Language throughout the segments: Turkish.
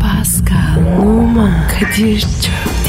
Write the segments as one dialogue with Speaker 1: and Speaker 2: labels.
Speaker 1: Pascal, Oman, Kadir çok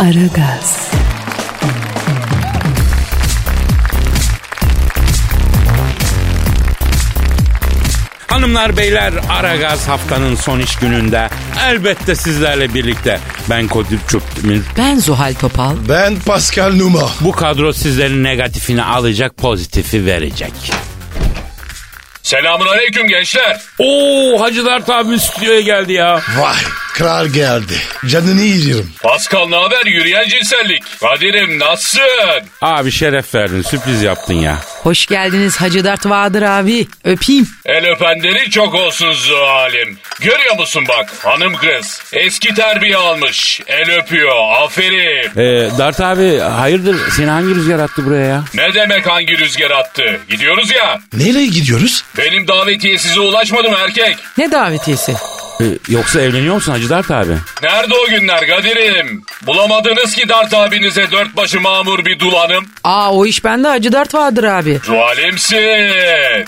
Speaker 1: Aragaz,
Speaker 2: Hanımlar beyler Aragaz haftanın son iş gününde elbette sizlerle birlikte ben Kodir Çöptümür.
Speaker 3: Ben Zuhal Topal.
Speaker 4: Ben Pascal Numa.
Speaker 2: Bu kadro sizlerin negatifini alacak pozitifi verecek.
Speaker 5: Selamun aleyküm gençler.
Speaker 2: Oo Hacı Dert abimiz stüdyoya geldi ya.
Speaker 4: Vay kral geldi. Canını yiyeceğim.
Speaker 5: Pascal ne haber yürüyen cinsellik? Kadir'im nasılsın?
Speaker 2: Abi şeref verdin sürpriz yaptın ya.
Speaker 3: Hoş geldiniz Hacı Dert Bahadır abi. Öpeyim.
Speaker 5: El öpenleri çok olsun zuhalim. Görüyor musun bak hanım kız. Eski terbiye almış. El öpüyor aferin.
Speaker 2: Ee, Dert abi hayırdır seni hangi rüzgar attı buraya ya?
Speaker 5: Ne demek hangi rüzgar attı? Gidiyoruz ya.
Speaker 4: Nereye gidiyoruz?
Speaker 5: Benim davetiye size ulaşmadı mı erkek?
Speaker 3: Ne davetiyesi?
Speaker 2: Ee, yoksa evleniyor musun Hacı Dert abi?
Speaker 5: Nerede o günler Kadir'im? Bulamadınız ki Dart abinize dört başı mamur bir dulanım.
Speaker 3: Aa o iş bende Hacı Dert Bahadır abi.
Speaker 5: Zuhalimsin.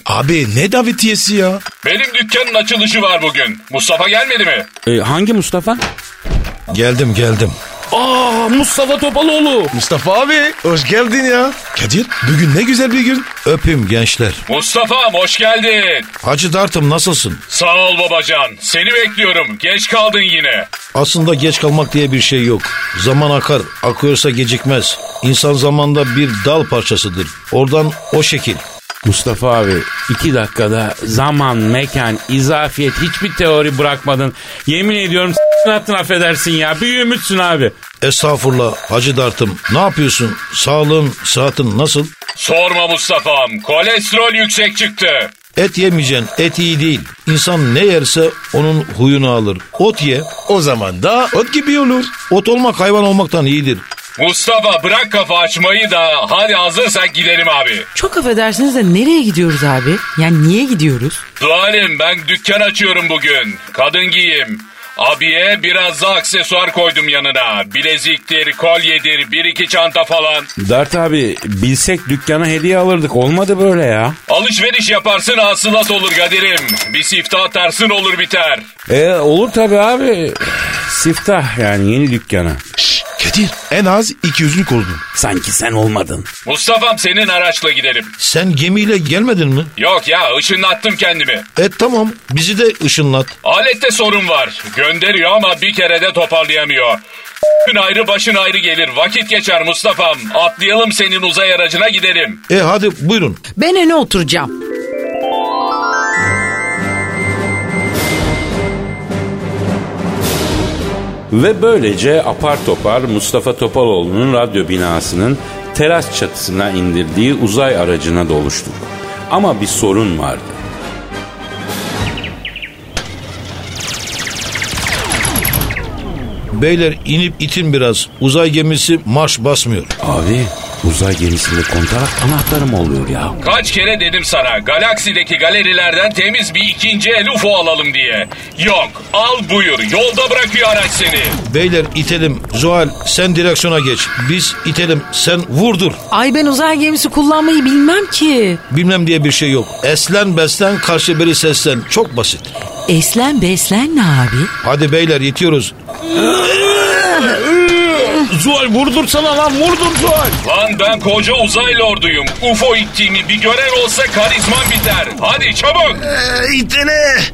Speaker 4: Abi ne davetiyesi ya?
Speaker 5: Benim dükkanın açılışı var bugün. Mustafa gelmedi mi?
Speaker 2: Ee, hangi Mustafa?
Speaker 4: Geldim geldim.
Speaker 2: Aa Mustafa Topaloğlu.
Speaker 4: Mustafa abi hoş geldin ya. Kadir bugün ne güzel bir gün. Öpüm gençler.
Speaker 5: Mustafa'm hoş geldin.
Speaker 4: Hacı Dart'ım nasılsın?
Speaker 5: Sağ ol babacan. Seni bekliyorum. Geç kaldın yine.
Speaker 4: Aslında geç kalmak diye bir şey yok. Zaman akar, akıyorsa gecikmez. İnsan zamanda bir dal parçasıdır. Oradan o şekil.
Speaker 2: Mustafa abi iki dakikada zaman, mekan, izafiyet hiçbir teori bırakmadın. Yemin ediyorum s**tin attın affedersin ya. Büyümüşsün abi.
Speaker 4: Estağfurullah Hacı Dart'ım. Ne yapıyorsun? Sağlığın, sıhhatin nasıl?
Speaker 5: Sorma Mustafa'm. Kolesterol yüksek çıktı.
Speaker 4: Et yemeyeceksin, et iyi değil. İnsan ne yerse onun huyunu alır. Ot ye, o zaman da ot gibi olur. Ot olmak hayvan olmaktan iyidir.
Speaker 5: Mustafa bırak kafa açmayı da hadi hazırsak gidelim abi.
Speaker 3: Çok affedersiniz de nereye gidiyoruz abi? Yani niye gidiyoruz?
Speaker 5: Dualim ben dükkan açıyorum bugün. Kadın giyim. Abiye biraz da aksesuar koydum yanına. Bileziktir, kolyedir, bir iki çanta falan.
Speaker 2: Dert abi bilsek dükkana hediye alırdık. Olmadı böyle ya.
Speaker 5: Alışveriş yaparsın hasılat olur Kadir'im. Bir siftah atarsın olur biter.
Speaker 2: E olur tabii abi. Siftah yani yeni dükkana.
Speaker 4: Kadir, en az iki yüzlük oldun.
Speaker 2: Sanki sen olmadın.
Speaker 5: Mustafa'm senin araçla gidelim.
Speaker 4: Sen gemiyle gelmedin mi?
Speaker 5: Yok ya ışınlattım kendimi.
Speaker 4: E tamam, bizi de ışınlat.
Speaker 5: Alette sorun var. Gönderiyor ama bir kere de toparlayamıyor. Gün ayrı başın ayrı gelir. Vakit geçer Mustafa'm. Atlayalım senin uzay aracına gidelim.
Speaker 4: E hadi buyurun.
Speaker 3: Ben öne oturacağım.
Speaker 2: Ve böylece apar topar Mustafa Topaloğlu'nun radyo binasının teras çatısına indirdiği uzay aracına doluştuk. Ama bir sorun vardı.
Speaker 4: Beyler inip itin biraz. Uzay gemisi marş basmıyor.
Speaker 2: Abi uzay gemisinde kontarak anahtarım oluyor ya.
Speaker 5: Kaç kere dedim sana galaksideki galerilerden temiz bir ikinci el UFO alalım diye. Yok al buyur yolda bırakıyor araç seni.
Speaker 4: Beyler itelim. Zuhal sen direksiyona geç. Biz itelim. Sen vurdur.
Speaker 3: Ay ben uzay gemisi kullanmayı bilmem ki.
Speaker 4: Bilmem diye bir şey yok. Eslen beslen karşı beri seslen. Çok basit.
Speaker 3: Eslen beslen ne abi?
Speaker 4: Hadi beyler itiyoruz.
Speaker 2: Zuhal vurdursana lan vurdur Zuhal.
Speaker 5: Lan ben koca uzay lorduyum. UFO ittiğimi bir gören olsa karizman biter. Hadi çabuk.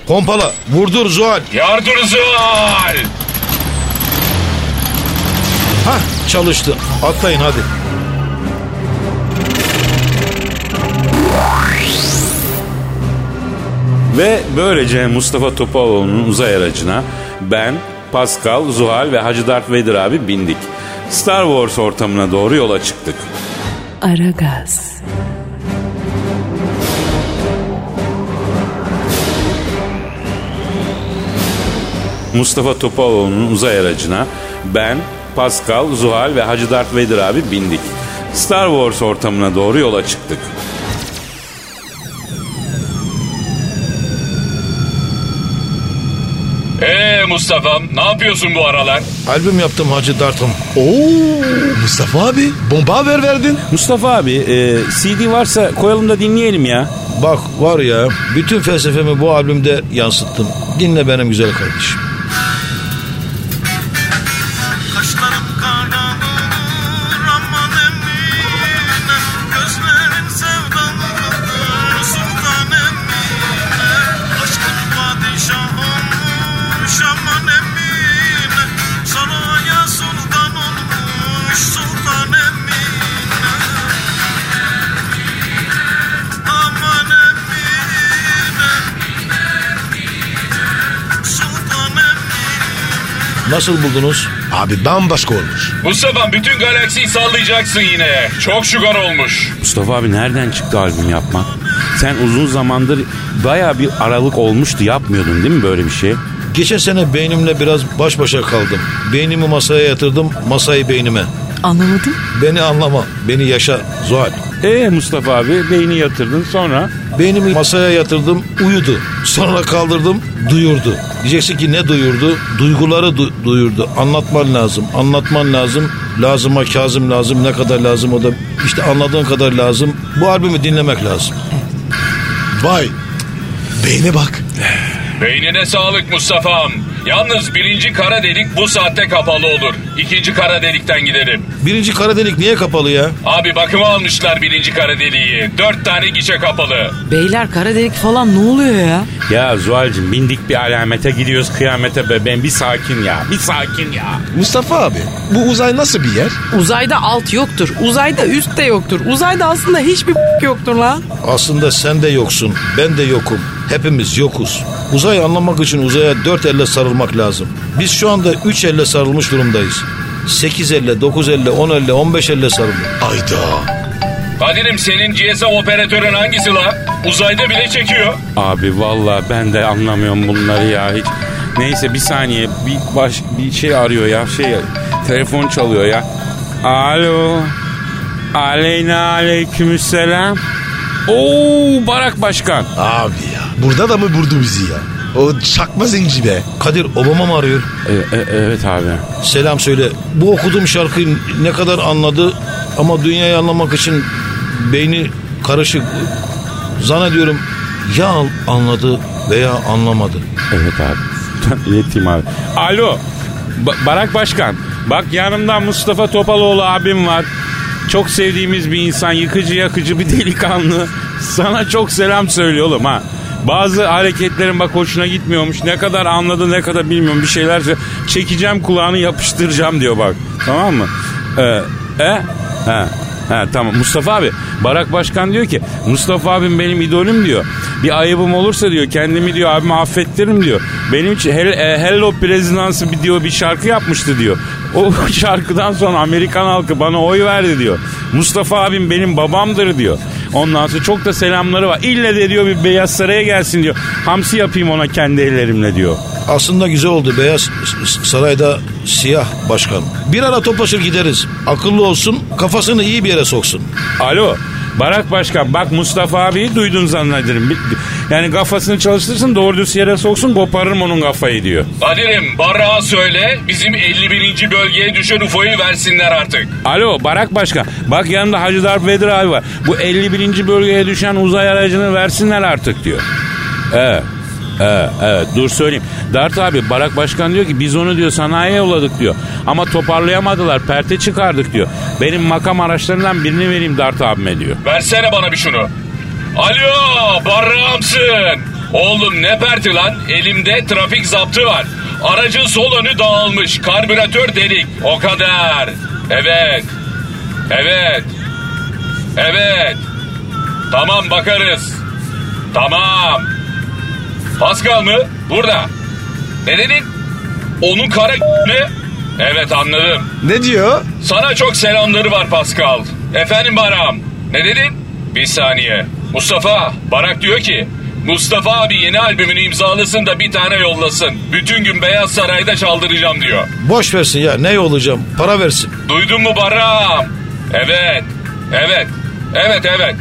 Speaker 4: Pompala. Vurdur Zuhal.
Speaker 5: Yardırızı al.
Speaker 4: Ha çalıştı. Atlayın hadi.
Speaker 2: Ve böylece Mustafa Topaloğlu'nun uzay aracına ben, Pascal, Zuhal ve Hacı Darth Vader abi bindik. Star Wars ortamına doğru yola çıktık.
Speaker 1: Aragaz,
Speaker 2: Mustafa Topaloğlu'nun uzay aracına ben, Pascal, Zuhal ve Hacı Darth Vader abi bindik. Star Wars ortamına doğru yola çıktık.
Speaker 5: Ee Mustafa'm ne yapıyorsun bu aralar?
Speaker 4: Albüm yaptım Hacı Dartım. Oo Mustafa abi bomba haber verdin.
Speaker 2: Mustafa abi e, CD varsa koyalım da dinleyelim ya.
Speaker 4: Bak var ya bütün felsefemi bu albümde yansıttım. Dinle benim güzel kardeşim.
Speaker 6: Kaşlarım kararır aman emine Gözlerin sevdalıdır sultan emine Aşkın padişah olmuş aman emine Saraya sultan olmuş sultan emine Aman emine Sultan emine
Speaker 4: Nasıl buldunuz?
Speaker 7: Abi bambaşka olmuş.
Speaker 5: Mustafa'm bütün galaksiyi sallayacaksın yine. Çok şugar olmuş.
Speaker 2: Mustafa abi nereden çıktı albüm yapmak? Sen uzun zamandır baya bir aralık olmuştu yapmıyordun değil mi böyle bir şey?
Speaker 4: Geçen sene beynimle biraz baş başa kaldım. Beynimi masaya yatırdım, masayı beynime.
Speaker 3: Anlamadım.
Speaker 4: Beni anlama, beni yaşa Zuhal.
Speaker 2: Ee Mustafa abi beyni yatırdın sonra
Speaker 4: Beynimi masaya yatırdım, uyudu. Sonra kaldırdım, duyurdu. Diyeceksin ki ne duyurdu? Duyguları du- duyurdu. Anlatman lazım, anlatman lazım. Lazıma Kazım lazım, ne kadar lazım o da işte anladığın kadar lazım. Bu albümü dinlemek lazım.
Speaker 7: Vay. Beyne bak.
Speaker 5: Beynine sağlık Mustafa'm. Yalnız birinci kara delik bu saatte kapalı olur. İkinci kara delikten gidelim.
Speaker 4: Birinci kara delik niye kapalı ya?
Speaker 5: Abi bakıma almışlar birinci kara deliği. Dört tane gişe kapalı.
Speaker 3: Beyler kara delik falan ne oluyor ya?
Speaker 2: Ya Zuhal'cim bindik bir alamete gidiyoruz kıyamete bebeğim bir sakin ya bir sakin ya.
Speaker 7: Mustafa abi bu uzay nasıl bir yer?
Speaker 3: Uzayda alt yoktur. Uzayda üst de yoktur. Uzayda aslında hiçbir yoktur lan.
Speaker 4: Aslında sen de yoksun, ben de yokum. Hepimiz yokuz. Uzayı anlamak için uzaya dört elle sarılmak lazım. Biz şu anda üç elle sarılmış durumdayız. Sekiz elle, dokuz elle, on elle, on beş elle sarılıyor.
Speaker 7: Ayda.
Speaker 5: Kadir'im senin GSM operatörün hangisi la? Uzayda bile çekiyor.
Speaker 2: Abi valla ben de anlamıyorum bunları ya hiç. Neyse bir saniye bir baş bir şey arıyor ya şey telefon çalıyor ya. Alo. Aleyna aleykümselam. Oo Barak Başkan.
Speaker 7: Abi ya. Burada da mı vurdu bizi ya? O çakma zenci be.
Speaker 4: Kadir Obama mı arıyor?
Speaker 2: E- e- evet abi.
Speaker 4: Selam söyle. Bu okuduğum şarkıyı ne kadar anladı ama dünyayı anlamak için beyni karışık. Zannediyorum ya anladı veya anlamadı.
Speaker 2: Evet abi. İleteyim abi. Alo. Ba- Barak Başkan. Bak yanımda Mustafa Topaloğlu abim var. Çok sevdiğimiz bir insan. Yıkıcı yakıcı bir delikanlı. Sana çok selam söylüyor oğlum ha. Bazı hareketlerin bak hoşuna gitmiyormuş. Ne kadar anladı ne kadar bilmiyorum bir şeyler. sö- Çekeceğim kulağını yapıştıracağım diyor bak. Tamam mı? Ee, e? Ha. Ha tamam Mustafa abi Barak Başkan diyor ki Mustafa abim benim idolüm diyor. Bir ayıbım olursa diyor kendimi diyor abime affettiririm diyor. Benim için Hel- e, Hello Prezidansı bir diyor bir şarkı yapmıştı diyor. O şarkıdan sonra Amerikan halkı bana oy verdi diyor. Mustafa abim benim babamdır diyor. Ondan sonra çok da selamları var. İlle de diyor bir Beyaz Saray'a gelsin diyor. Hamsi yapayım ona kendi ellerimle diyor.
Speaker 4: Aslında güzel oldu Beyaz S- Saray'da siyah başkan. Bir ara toplaşır gideriz. Akıllı olsun, kafasını iyi bir yere soksun.
Speaker 2: Alo. Barak Başkan bak Mustafa abiyi duydun zannederim. Bir- Yani kafasını çalıştırsın doğru düz yere soksun koparırım onun kafayı diyor.
Speaker 5: Kadir'im barrağa söyle bizim 51. bölgeye düşen UFO'yu versinler artık.
Speaker 2: Alo Barak Başkan bak yanında Hacı Darp Vedir abi var. Bu 51. bölgeye düşen uzay aracını versinler artık diyor. Evet. Evet, evet dur söyleyeyim. Dart abi Barak Başkan diyor ki biz onu diyor sanayiye yolladık diyor. Ama toparlayamadılar perte çıkardık diyor. Benim makam araçlarından birini vereyim Dart abime diyor.
Speaker 5: Versene bana bir şunu. Alo barrağımsın. Oğlum ne perti lan? Elimde trafik zaptı var. Aracın sol önü dağılmış. Karbüratör delik. O kadar. Evet. Evet. Evet. Tamam bakarız. Tamam. Pascal mı? Burada. Ne dedin? Onun kara mı? Evet anladım.
Speaker 7: Ne diyor?
Speaker 5: Sana çok selamları var Pascal. Efendim Baram. Ne dedin? Bir saniye. Mustafa, Barak diyor ki Mustafa abi yeni albümünü imzalasın da bir tane yollasın. Bütün gün Beyaz Saray'da çaldıracağım diyor.
Speaker 4: Boş versin ya ne olacağım para versin.
Speaker 5: Duydun mu Baram? Evet. Evet. Evet evet.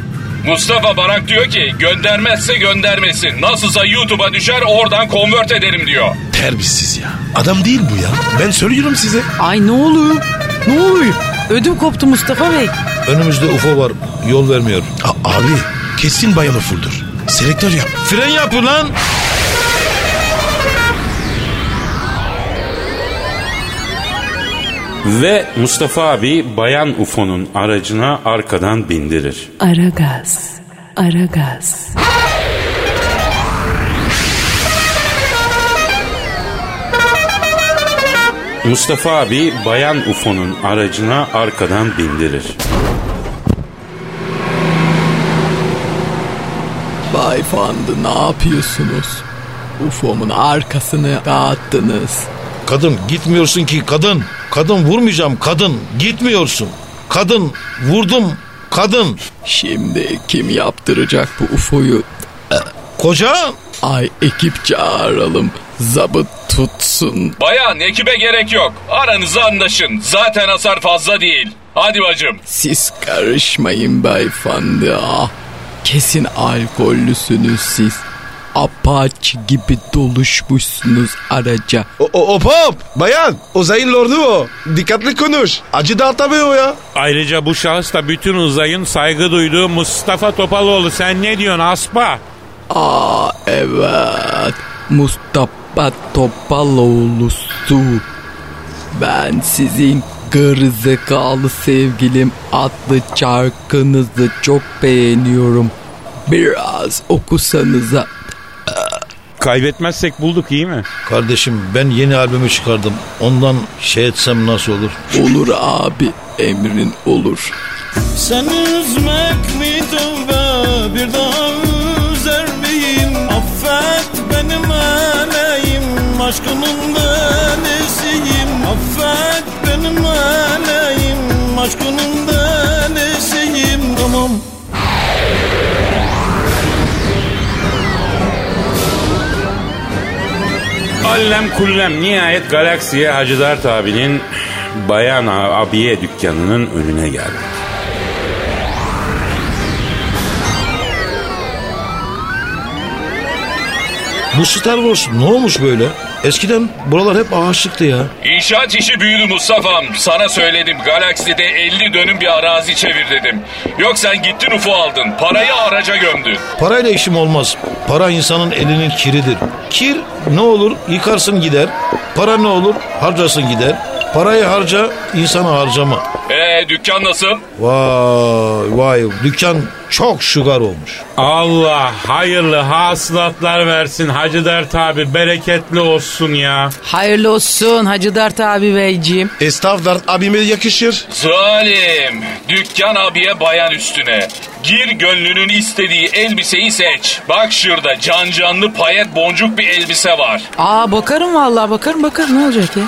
Speaker 5: Mustafa Barak diyor ki göndermezse göndermesin. Nasılsa YouTube'a düşer oradan convert ederim diyor.
Speaker 7: Terbiyesiz ya. Adam değil bu ya. Ben söylüyorum size.
Speaker 3: Ay ne oluyor? Ne oluyor? Ödüm koptu Mustafa Bey.
Speaker 4: Önümüzde UFO var yol vermiyor.
Speaker 7: A- abi kesin bayanı fuldur. Selektör yap.
Speaker 4: Fren yapın lan.
Speaker 2: Ve Mustafa abi bayan UFO'nun aracına arkadan bindirir.
Speaker 1: Aragaz. Aragaz.
Speaker 2: Mustafa abi bayan UFO'nun aracına arkadan bindirir.
Speaker 8: Bay Fandı ne yapıyorsunuz? UFO'mun arkasını dağıttınız.
Speaker 4: Kadın gitmiyorsun ki kadın. Kadın vurmayacağım kadın. Gitmiyorsun. Kadın vurdum kadın.
Speaker 8: Şimdi kim yaptıracak bu UFO'yu?
Speaker 4: Koca
Speaker 8: Ay ekip çağıralım. Zabıt tutsun.
Speaker 5: Bayan ekibe gerek yok. Aranızı anlaşın. Zaten hasar fazla değil. Hadi bacım.
Speaker 8: Siz karışmayın Bay Fandı. Ah, kesin alkollüsünüz siz. Apaç gibi doluşmuşsunuz araca.
Speaker 7: O, o, hop hop. Bayan. Uzayın lordu o. Dikkatli konuş. Acı dağıtamıyor o ya.
Speaker 2: Ayrıca bu şahıs da bütün uzayın saygı duyduğu Mustafa Topaloğlu. Sen ne diyorsun aspa?
Speaker 8: Aa evet. Mustafa Topaloğlu'su. Ben sizin gırzıkalı sevgilim adlı şarkınızı çok beğeniyorum. Biraz okusanıza.
Speaker 2: Kaybetmezsek bulduk iyi mi?
Speaker 4: Kardeşim ben yeni albümü çıkardım. Ondan şey etsem nasıl olur?
Speaker 8: Olur abi emrin olur.
Speaker 6: Seni üzmek mi tövbe bir daha üzer miyim Affet benim meleğim aşkının denesiyim Affet benim meleğim aşkının denesiyim Tamam
Speaker 2: Allem kullem nihayet galaksiye Hacı Dert abinin bayan abiye dükkanının önüne geldik.
Speaker 4: Bu Star Wars ne olmuş böyle? Eskiden buralar hep ağaçlıktı ya.
Speaker 5: İnşaat işi büyüdü Mustafa'm. Sana söyledim galakside 50 dönüm bir arazi çevir dedim. Yok sen gittin UFO aldın. Parayı araca gömdün.
Speaker 4: Parayla işim olmaz. Para insanın elinin kiridir. Kir ne olur yıkarsın gider. Para ne olur harcarsın gider. Parayı harca insanı harcama.
Speaker 5: Ee dükkan nasıl?
Speaker 4: Vay vay dükkan çok şugar olmuş.
Speaker 2: Allah hayırlı hasılatlar versin Hacı Dert abi bereketli olsun ya.
Speaker 3: Hayırlı olsun Hacı Dert abi beyciğim.
Speaker 7: Estağfurullah abime yakışır.
Speaker 5: Zalim. Dükkan abiye bayan üstüne. Gir gönlünün istediği elbiseyi seç. Bak şurada can canlı payet boncuk bir elbise var.
Speaker 3: Aa bakarım vallahi bakarım bakarım ne olacak ya.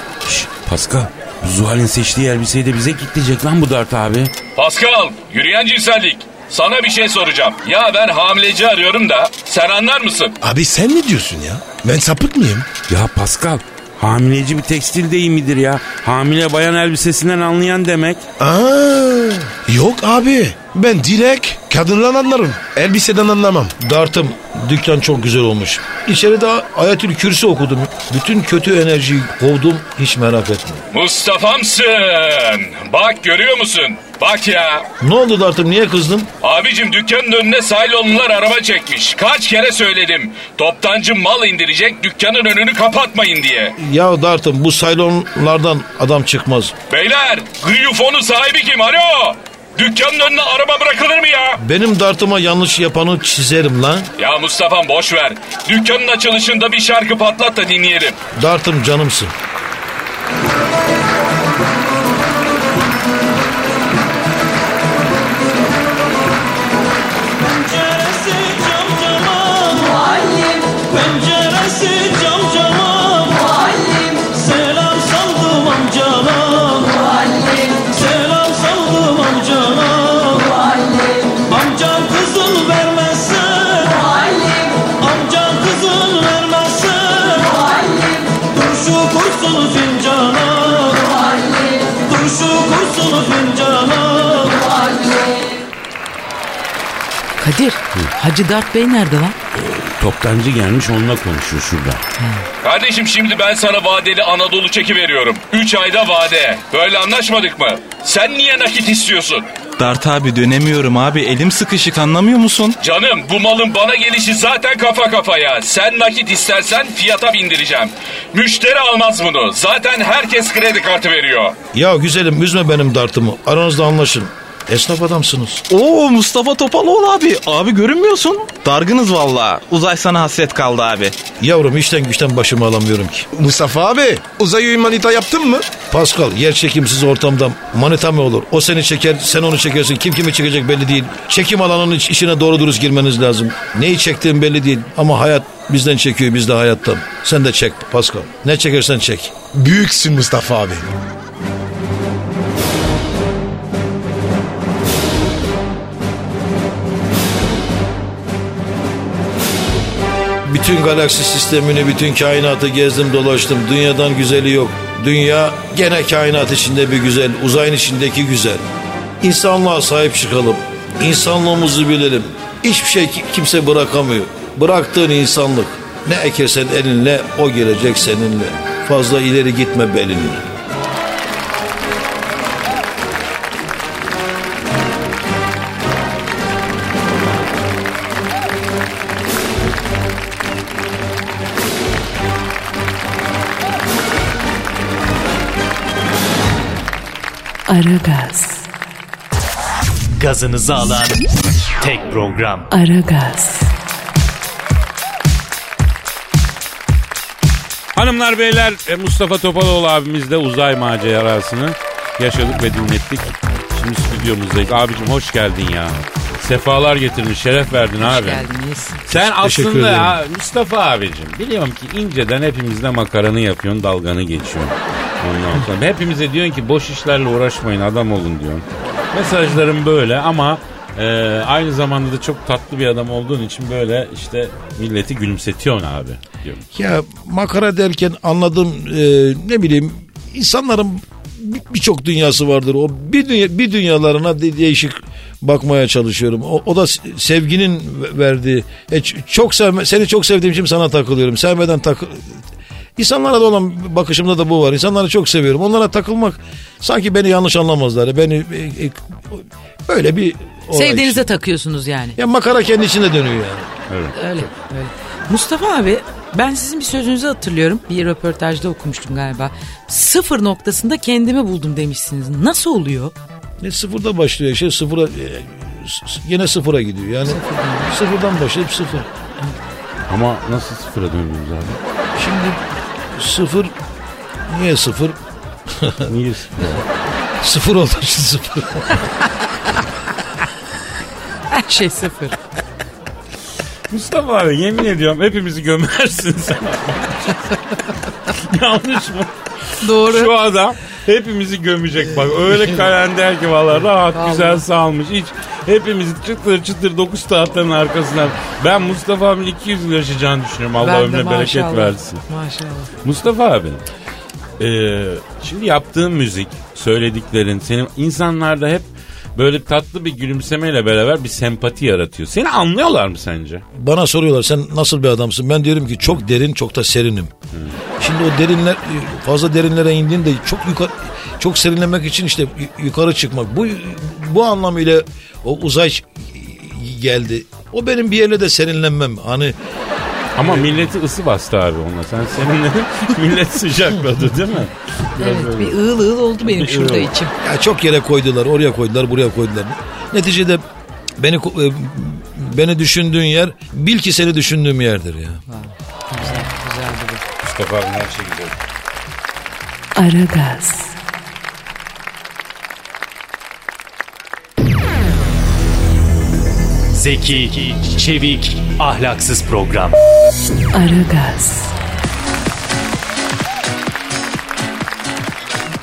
Speaker 2: Pascal Zuhal'in seçtiği elbiseyi de bize kitleyecek lan bu Dert abi.
Speaker 5: Pascal, yürüyen cinsellik. Sana bir şey soracağım. Ya ben hamileci arıyorum da sen anlar mısın?
Speaker 7: Abi sen ne diyorsun ya? Ben sapık mıyım?
Speaker 2: Ya Pascal hamileci bir tekstil deyimidir ya. Hamile bayan elbisesinden anlayan demek.
Speaker 7: Aa, yok abi. Ben direkt kadından anlarım. Elbiseden anlamam.
Speaker 4: Dartım dükkan çok güzel olmuş. İçeride Ayetül Kürsi okudum. Bütün kötü enerjiyi kovdum hiç merak etme.
Speaker 5: Mustafa'msın. Bak görüyor musun? Bak ya.
Speaker 4: Ne oldu Dartım niye kızdın?
Speaker 5: Abicim dükkanın önüne saylonlular araba çekmiş. Kaç kere söyledim. Toptancı mal indirecek dükkanın önünü kapatmayın diye.
Speaker 4: Ya Dartım bu saylonlardan adam çıkmaz.
Speaker 5: Beyler Gryufon'un sahibi kim? Alo. Dükkanın önüne araba bırakılır mı ya?
Speaker 4: Benim dartıma yanlış yapanı çizerim lan.
Speaker 5: Ya Mustafa'm boş ver. Dükkanın açılışında bir şarkı patlat da dinleyelim.
Speaker 4: Dartım canımsın.
Speaker 6: Penceresi cam cama Muallim Penceresi cam cama Muallim Selam saldım amcama Muallim Selam saldım amcama Muallim Amcam kızıl vermezse Muallim kurşunu fincana Turşu kurşunu fincana
Speaker 3: Kadir, Hacı Dert Bey nerede lan?
Speaker 2: Toptancı gelmiş onunla konuşuyor şurada.
Speaker 5: Kardeşim şimdi ben sana vadeli Anadolu çeki veriyorum. 3 ayda vade. Böyle anlaşmadık mı? Sen niye nakit istiyorsun?
Speaker 9: Dart abi dönemiyorum abi elim sıkışık anlamıyor musun?
Speaker 5: Canım bu malın bana gelişi zaten kafa kafaya. Sen nakit istersen fiyata bindireceğim. Müşteri almaz bunu. Zaten herkes kredi kartı veriyor.
Speaker 4: Ya güzelim üzme benim dartımı. Aranızda anlaşın. Esnaf adamsınız.
Speaker 9: Oo Mustafa Topaloğlu abi abi görünmüyorsun. Dargınız valla uzay sana hasret kaldı abi.
Speaker 4: Yavrum işten güçten başımı alamıyorum ki.
Speaker 7: Mustafa abi uzay manita yaptın mı?
Speaker 4: Pascal yer çekimsiz ortamda manita mı olur? O seni çeker, sen onu çekersin. Kim kimi çekecek belli değil. Çekim alanının iç- işine doğru dürüst girmeniz lazım. Neyi çektiğin belli değil. Ama hayat bizden çekiyor, biz de hayattan. Sen de çek Pascal. Ne çekersen çek.
Speaker 7: Büyüksün Mustafa abi.
Speaker 4: Bütün galaksi sistemini, bütün kainatı gezdim dolaştım. Dünyadan güzeli yok. Dünya gene kainat içinde bir güzel, uzayın içindeki güzel. İnsanlığa sahip çıkalım. İnsanlığımızı bilelim. Hiçbir şey ki- kimse bırakamıyor. Bıraktığın insanlık. Ne ekersen elinle o gelecek seninle. Fazla ileri gitme belinle.
Speaker 1: Aragaz,
Speaker 10: Gazınızı alan tek program.
Speaker 1: Aragaz,
Speaker 2: Hanımlar beyler e, Mustafa Topaloğlu abimizle uzay macerasını yaşadık ve dinlettik. Şimdi stüdyomuzdayız. Abicim hoş geldin ya. Sefalar getirdin, şeref verdin abi.
Speaker 3: Geldiniz.
Speaker 2: Sen
Speaker 4: Teşekkür
Speaker 2: aslında
Speaker 4: ederim.
Speaker 2: ya, Mustafa abicim biliyorum ki inceden hepimizle makaranı yapıyorsun, dalganı geçiyorsun. Ondan sonra hepimize diyorsun ki boş işlerle uğraşmayın, adam olun diyorsun. Mesajlarım böyle ama e, aynı zamanda da çok tatlı bir adam olduğun için böyle işte milleti gülümsetiyorsun abi diyorum.
Speaker 4: Ya makara derken anladığım e, ne bileyim insanların bir- birçok dünyası vardır. O bir dünya, bir dünyalarına de- değişik bakmaya çalışıyorum. O, o da s- sevginin ve- verdiği. E, ç- çok sevme, seni çok sevdiğim için sana takılıyorum. Sevmeden takı İnsanlara da olan bakışımda da bu var. İnsanları çok seviyorum. Onlara takılmak sanki beni yanlış anlamazlar. Beni e, e, böyle bir olay
Speaker 3: Sevdiğinize
Speaker 4: işte.
Speaker 3: takıyorsunuz yani.
Speaker 4: Ya makara kendi içinde dönüyor yani.
Speaker 3: Öyle, öyle. Mustafa abi ben sizin bir sözünüzü hatırlıyorum. Bir röportajda okumuştum galiba. Sıfır noktasında kendimi buldum demişsiniz. Nasıl oluyor?
Speaker 4: Ne E, sıfırda başlıyor şey sıfıra e, s- s- yine sıfıra gidiyor yani sıfırdan başlayıp sıfır.
Speaker 2: Ama nasıl sıfıra döndünüz abi?
Speaker 4: Şimdi sıfır niye sıfır?
Speaker 2: Niye sıfıra?
Speaker 4: Sıfır oldu için sıfır.
Speaker 3: Her şey sıfır.
Speaker 2: Mustafa abi yemin ediyorum hepimizi gömersin sen. Yanlış mı?
Speaker 3: Doğru.
Speaker 2: Şu adam hepimizi gömecek bak.
Speaker 3: Ee,
Speaker 2: Öyle kalender ki valla rahat güzel salmış. Hiç hepimizi çıtır çıtır dokuz tahtanın arkasından. Ben Mustafa abinin 200 yıl yaşayacağını düşünüyorum. Allah
Speaker 3: Ben de
Speaker 2: ömrüne bereket
Speaker 3: maşallah.
Speaker 2: versin.
Speaker 3: Maşallah.
Speaker 2: Mustafa abi. eee, şimdi yaptığın müzik, söylediklerin senin insanlarda hep böyle tatlı bir gülümsemeyle beraber bir sempati yaratıyor. Seni anlıyorlar mı sence?
Speaker 4: Bana soruyorlar sen nasıl bir adamsın? Ben diyorum ki çok derin çok da serinim. Şimdi o derinler e, fazla derinlere indiğinde çok yukarı çok serinlemek için işte yu- yukarı çıkmak. Bu bu anlamıyla o uzay ç- geldi. O benim bir yerle de serinlenmem. Hani
Speaker 2: Ama milleti ısı bastı abi ona. Sen seninle millet sıcakladı değil mi?
Speaker 3: Evet bir ığıl ığıl oldu benim şurada içim.
Speaker 4: Ya çok yere koydular, oraya koydular, buraya koydular. Neticede beni ko- e, beni düşündüğün yer bil ki seni düşündüğüm yerdir ya.
Speaker 2: Mustafa abi her şey güzel.
Speaker 1: Aragaz,
Speaker 10: Zeki, çevik, ahlaksız program.
Speaker 1: Aragaz,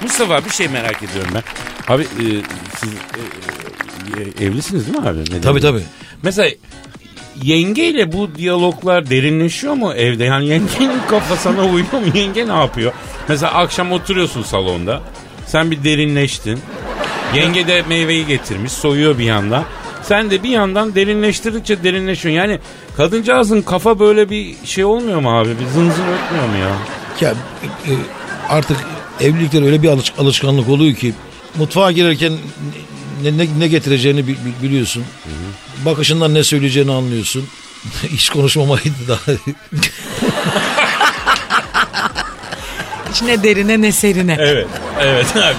Speaker 2: Mustafa bir şey merak ediyorum ben. Abi e, siz e, e, evlisiniz değil mi abi? Neden?
Speaker 4: Tabii tabii.
Speaker 2: Mesela yengeyle bu diyaloglar derinleşiyor mu evde? Yani yengenin kafa sana uyuyor mu? Yenge ne yapıyor? Mesela akşam oturuyorsun salonda. Sen bir derinleştin. Yenge de meyveyi getirmiş soyuyor bir yandan. Sen de bir yandan derinleştirdikçe derinleşiyorsun. Yani kadıncağızın kafa böyle bir şey olmuyor mu abi? Bir zın zın ötmüyor mu ya?
Speaker 4: Ya e, artık evlilikler öyle bir alış- alışkanlık oluyor ki mutfağa girerken ne, ne, ne getireceğini bi- bi- biliyorsun. Bakışından ne söyleyeceğini anlıyorsun. Hiç konuşmamaydı daha.
Speaker 3: Hiç ne derine ne serine.
Speaker 2: Evet. Evet abi.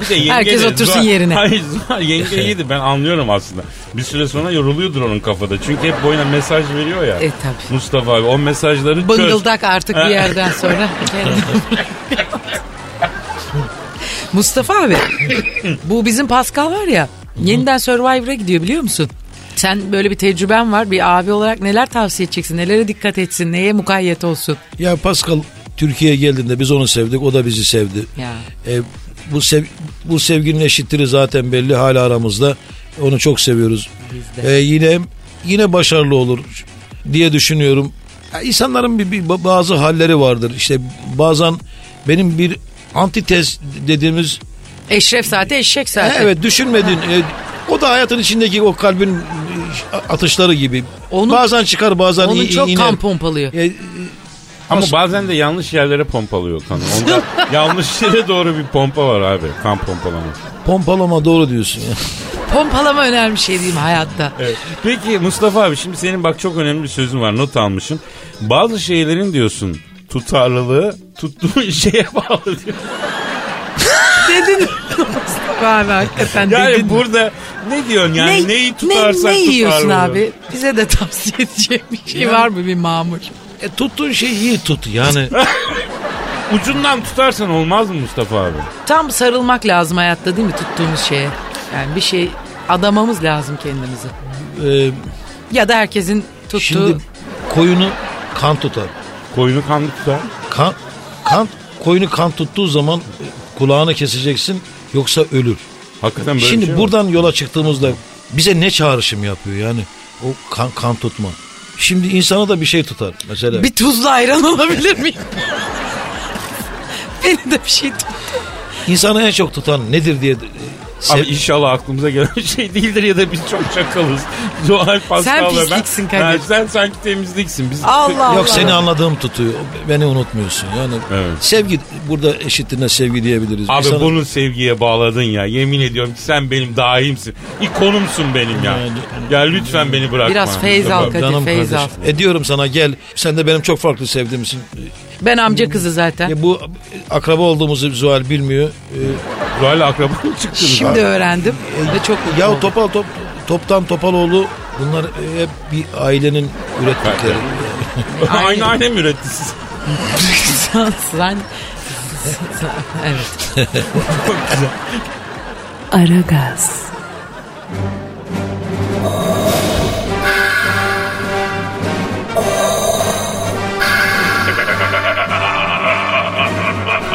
Speaker 2: Bir de yenge
Speaker 3: Herkes
Speaker 2: de-
Speaker 3: otursun
Speaker 2: Zuhal-
Speaker 3: yerine.
Speaker 2: Hayır Zuhal yenge iyiydi ben anlıyorum aslında. Bir süre sonra yoruluyordur onun kafada. Çünkü hep boyuna mesaj veriyor ya.
Speaker 3: E, tabii.
Speaker 2: Mustafa abi o mesajları çöz.
Speaker 3: Bıngıldak artık bir yerden sonra. Mustafa abi bu bizim Pascal var ya yeniden Survivor'a gidiyor biliyor musun? Sen böyle bir tecrüben var bir abi olarak neler tavsiye edeceksin nelere dikkat etsin neye mukayyet olsun?
Speaker 4: ya Pascal Türkiye'ye geldiğinde biz onu sevdik o da bizi sevdi.
Speaker 3: Ya.
Speaker 4: E, bu sev, bu sevginin eşittir zaten belli hala aramızda. Onu çok seviyoruz.
Speaker 3: Biz de.
Speaker 4: E, yine yine başarılı olur diye düşünüyorum. Ya insanların bir, bir ba- bazı halleri vardır. İşte bazen benim bir antites dediğimiz
Speaker 3: Eşref saati eşek saati.
Speaker 4: evet düşünmedin. E, o da hayatın içindeki o kalbin e, atışları gibi. bazen çıkar bazen
Speaker 3: Onun
Speaker 4: i- i-
Speaker 3: çok
Speaker 4: iner.
Speaker 3: kan pompalıyor.
Speaker 4: E,
Speaker 2: Ama bazen de yanlış yerlere pompalıyor kanı. Onda yanlış yere doğru bir pompa var abi. Kan pompalaması.
Speaker 4: Pompalama doğru diyorsun ya.
Speaker 3: Pompalama önemli şey değil mi hayatta?
Speaker 2: Evet. Peki Mustafa abi şimdi senin bak çok önemli bir sözün var not almışım. Bazı şeylerin diyorsun tutarlılığı tuttuğun şeye bağlı diyor.
Speaker 3: dedin Mustafa abi hakikaten
Speaker 2: Yani
Speaker 3: dedin.
Speaker 2: burada ne diyorsun yani
Speaker 3: Ne-
Speaker 2: neyi tutarsan
Speaker 3: ne, ne yiyorsun
Speaker 2: tutarlı.
Speaker 3: abi? Bize de tavsiye edeceğim bir şey var mı bir mamur?
Speaker 4: E, tuttuğun şeyi iyi tut yani.
Speaker 2: Ucundan tutarsan olmaz mı Mustafa abi?
Speaker 3: Tam sarılmak lazım hayatta değil mi tuttuğumuz şeye? Yani bir şey adamamız lazım kendimizi.
Speaker 4: E,
Speaker 3: Ya da herkesin tuttuğu...
Speaker 4: şimdi koyunu kan tutar.
Speaker 2: Koyunu kanlı tutar.
Speaker 4: Kan, kan koyunu kan tuttuğu zaman e, kulağını keseceksin yoksa ölür.
Speaker 2: Hakikaten böyle
Speaker 4: Şimdi
Speaker 2: bir şey var.
Speaker 4: buradan yola çıktığımızda bize ne çağrışım yapıyor yani o kan, kan tutma. Şimdi insana da bir şey tutar mesela.
Speaker 3: Bir tuzlu ayran olabilir miyim? Beni de bir şey tut.
Speaker 4: İnsanı en çok tutan nedir diye. e,
Speaker 2: Abi
Speaker 4: sev-
Speaker 2: inşallah aklımıza gelen şey değildir ya da biz çok çakalız. Zuhal Pascal
Speaker 3: Sen
Speaker 2: ve ben.
Speaker 3: pisliksin Kadir.
Speaker 2: Ha, sen sanki temizliksin. Biz
Speaker 3: Allah Allah.
Speaker 4: Yok seni anladığım tutuyor. Beni unutmuyorsun. Yani
Speaker 2: Evet.
Speaker 4: sevgi burada eşitliğine sevgi diyebiliriz.
Speaker 2: Abi
Speaker 4: İnsanı-
Speaker 2: bunu sevgiye bağladın ya. Yemin ediyorum ki sen benim daimsin. İkonumsun benim ya. Ya lütfen beni bırakma.
Speaker 3: Biraz feyz al Kadir,
Speaker 4: Canım
Speaker 3: feyz al.
Speaker 4: kardeşim. E diyorum sana gel. Sen de benim çok farklı sevdiğimsin.
Speaker 3: Ben amca kızı zaten.
Speaker 4: E, bu akraba olduğumuzu Zuhal bilmiyor. E,
Speaker 2: Zuhal'le akraba mı çıktınız
Speaker 3: Şimdi
Speaker 2: abi?
Speaker 3: öğrendim ve çok mutlu
Speaker 4: Ya
Speaker 3: oldum.
Speaker 4: Topal top, Toptan Topaloğlu bunlar hep bir ailenin ürettikleri.
Speaker 2: Aynı aile mi ürettiniz?
Speaker 3: Sen... evet.
Speaker 1: Aragaz,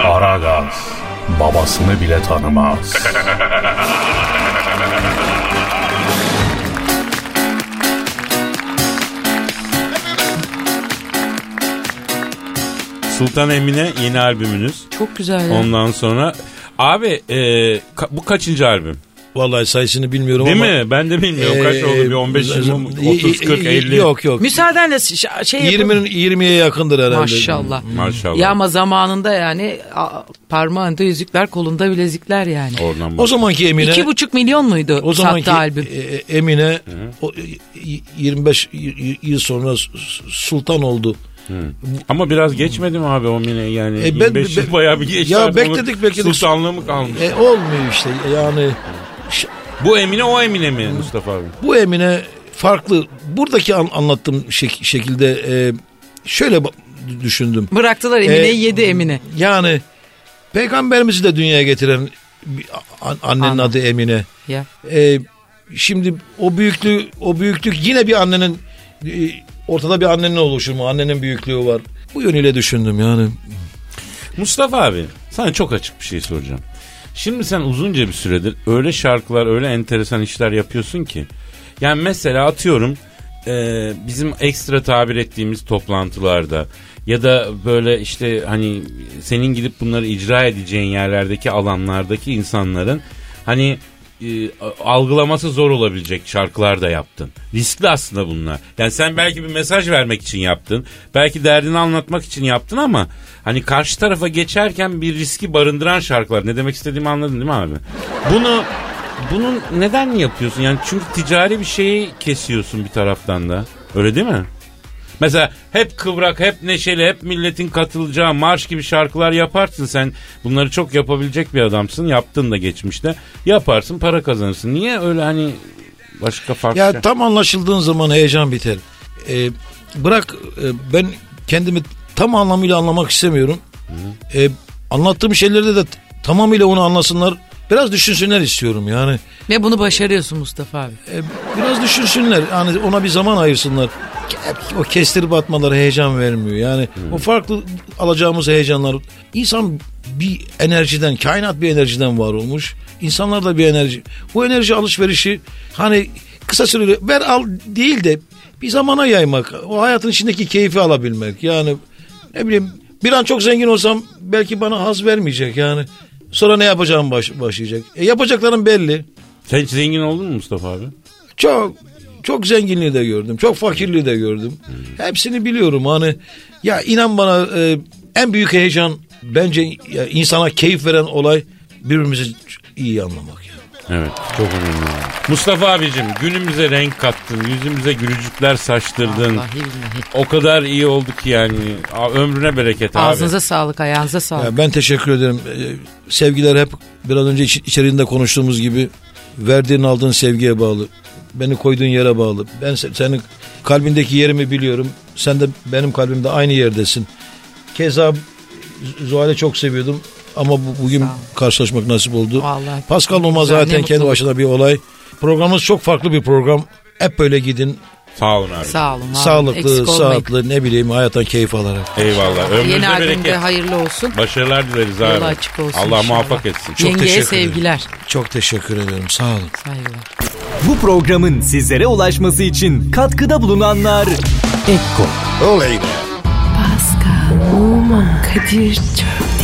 Speaker 10: Aragaz babasını bile tanımaz.
Speaker 2: Sultan Emine yeni albümünüz.
Speaker 3: Çok güzel. ya.
Speaker 2: Ondan sonra abi e, ka- bu kaçıncı albüm?
Speaker 4: Vallahi sayısını bilmiyorum
Speaker 2: Değil
Speaker 4: ama.
Speaker 2: mi? Ben de bilmiyorum. Kaç
Speaker 4: Ee,
Speaker 2: oldu? Bir 15, 20,
Speaker 4: e,
Speaker 2: 30, 40,
Speaker 4: e,
Speaker 2: 50.
Speaker 4: Yok yok.
Speaker 3: Müsaadenle ş- şey
Speaker 4: 20'nin
Speaker 3: yapalım.
Speaker 4: 20'ye yakındır herhalde.
Speaker 3: Maşallah.
Speaker 2: Maşallah.
Speaker 3: Ya ama zamanında yani a- parmağında yüzükler kolunda bilezikler yani.
Speaker 2: Oradan bak.
Speaker 4: O zamanki Emine.
Speaker 3: İki buçuk milyon muydu
Speaker 4: o zamanki
Speaker 3: sattığı albüm?
Speaker 4: e, e, Emine o, e, y- 25 y- y- yıl sonra s- sultan oldu.
Speaker 2: Ama biraz geçmedi mi abi o mine yani?
Speaker 4: E, ben-
Speaker 2: 25 yıl
Speaker 4: ben-
Speaker 2: bayağı bir geçti.
Speaker 4: Ya
Speaker 2: artık.
Speaker 4: bekledik, bekledik.
Speaker 2: Sultanlığı mı kalmış?
Speaker 4: E, olmuyor işte yani. Ş-
Speaker 2: Bu Emine o Emine mi Mustafa abi?
Speaker 4: Bu Emine farklı. Buradaki an- anlattığım şek- şekilde e, şöyle ba- düşündüm.
Speaker 3: Bıraktılar Emine'yi
Speaker 4: E,
Speaker 3: yedi Emine.
Speaker 4: Yani peygamberimizi de dünyaya getiren bir a- an- annenin
Speaker 3: Anladım.
Speaker 4: adı Emine.
Speaker 3: Ya.
Speaker 4: Ee, şimdi o büyüklük o büyüklük yine bir annenin e, ortada bir annenin oluşumu, annenin büyüklüğü var. Bu yönüyle düşündüm yani.
Speaker 2: Mustafa abi sana çok açık bir şey soracağım. Şimdi sen uzunca bir süredir öyle şarkılar öyle enteresan işler yapıyorsun ki. Yani mesela atıyorum e, bizim ekstra tabir ettiğimiz toplantılarda ya da böyle işte hani senin gidip bunları icra edeceğin yerlerdeki alanlardaki insanların hani e, algılaması zor olabilecek şarkılar da yaptın. Riskli aslında bunlar. Yani sen belki bir mesaj vermek için yaptın. Belki derdini anlatmak için yaptın ama hani karşı tarafa geçerken bir riski barındıran şarkılar. Ne demek istediğimi anladın değil mi abi? Bunu bunu neden yapıyorsun? Yani çünkü ticari bir şeyi kesiyorsun bir taraftan da. Öyle değil mi? Mesela hep kıvrak, hep neşeli, hep milletin katılacağı marş gibi şarkılar yaparsın sen. Bunları çok yapabilecek bir adamsın. Yaptın da geçmişte. Yaparsın, para kazanırsın. Niye öyle hani başka farklı? şey?
Speaker 4: Ya tam anlaşıldığın zaman heyecan biter. Ee, bırak e, ben kendimi tam anlamıyla anlamak istemiyorum. Ee, anlattığım şeylerde de t- tamamıyla onu anlasınlar. Biraz düşünsünler istiyorum yani.
Speaker 3: Ve bunu başarıyorsun Mustafa abi.
Speaker 4: Biraz düşünsünler. Yani ona bir zaman ayırsınlar. Ke- O kestirip atmaları heyecan vermiyor. Yani o farklı alacağımız heyecanlar. İnsan bir enerjiden, kainat bir enerjiden var olmuş. İnsanlar da bir enerji. Bu enerji alışverişi hani kısa süreli ver al değil de bir zamana yaymak. O hayatın içindeki keyfi alabilmek. Yani ne bileyim bir an çok zengin olsam belki bana haz vermeyecek yani. Sonra ne yapacağım baş- başlayacak. E, yapacaklarım belli.
Speaker 2: Sen hiç zengin oldun mu Mustafa abi?
Speaker 4: Çok çok zenginliği de gördüm. Çok fakirliği de gördüm. Hepsini biliyorum hani. Ya inan bana e, en büyük heyecan bence ya, insana keyif veren olay birbirimizi iyi anlamak.
Speaker 2: Evet çok önemli. abi. Mustafa abicim günümüze renk kattın, yüzümüze gülücükler saçtırdın.
Speaker 3: Vallahi billahi.
Speaker 2: O kadar iyi oldu ki yani. A- Ömrüne bereket abi.
Speaker 3: Ağzınıza sağlık, ayağınıza sağlık.
Speaker 4: Ya ben teşekkür ederim. Ee, Sevgiler hep biraz önce iç- içeriğinde konuştuğumuz gibi verdiğin aldığın sevgiye bağlı. Beni koyduğun yere bağlı. Ben se- senin kalbindeki yerimi biliyorum. Sen de benim kalbimde aynı yerdesin. Keza Z- Zuhal'i çok seviyordum ama bu- bugün karşılaşmak nasip oldu.
Speaker 3: Vallahi.
Speaker 4: Pascal Numa
Speaker 3: Güzel, ne
Speaker 4: zaten kendi
Speaker 3: mutluluk.
Speaker 4: başına bir olay. Programımız çok farklı bir program. Hep böyle gidin.
Speaker 2: Sağ olun abi.
Speaker 3: Sağ olun. var olun.
Speaker 4: Sağlıklı,
Speaker 3: Eksik olmayın.
Speaker 4: sağlıklı ne bileyim hayattan keyif alarak.
Speaker 2: Eyvallah.
Speaker 3: Yeni
Speaker 2: Ömrüne
Speaker 3: albümde
Speaker 2: bereket.
Speaker 3: hayırlı olsun.
Speaker 2: Başarılar dileriz abi.
Speaker 3: Yolu açık olsun
Speaker 2: Allah
Speaker 3: inşallah.
Speaker 2: muvaffak etsin.
Speaker 4: Çok
Speaker 3: Yengeye
Speaker 4: teşekkür ederim.
Speaker 3: sevgiler.
Speaker 4: Çok teşekkür ederim. Sağ olun.
Speaker 3: Saygılar.
Speaker 11: Bu programın sizlere ulaşması için katkıda bulunanlar Ekko Oley
Speaker 1: Pascal, Oman, Kadir çok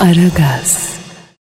Speaker 1: Aragaz.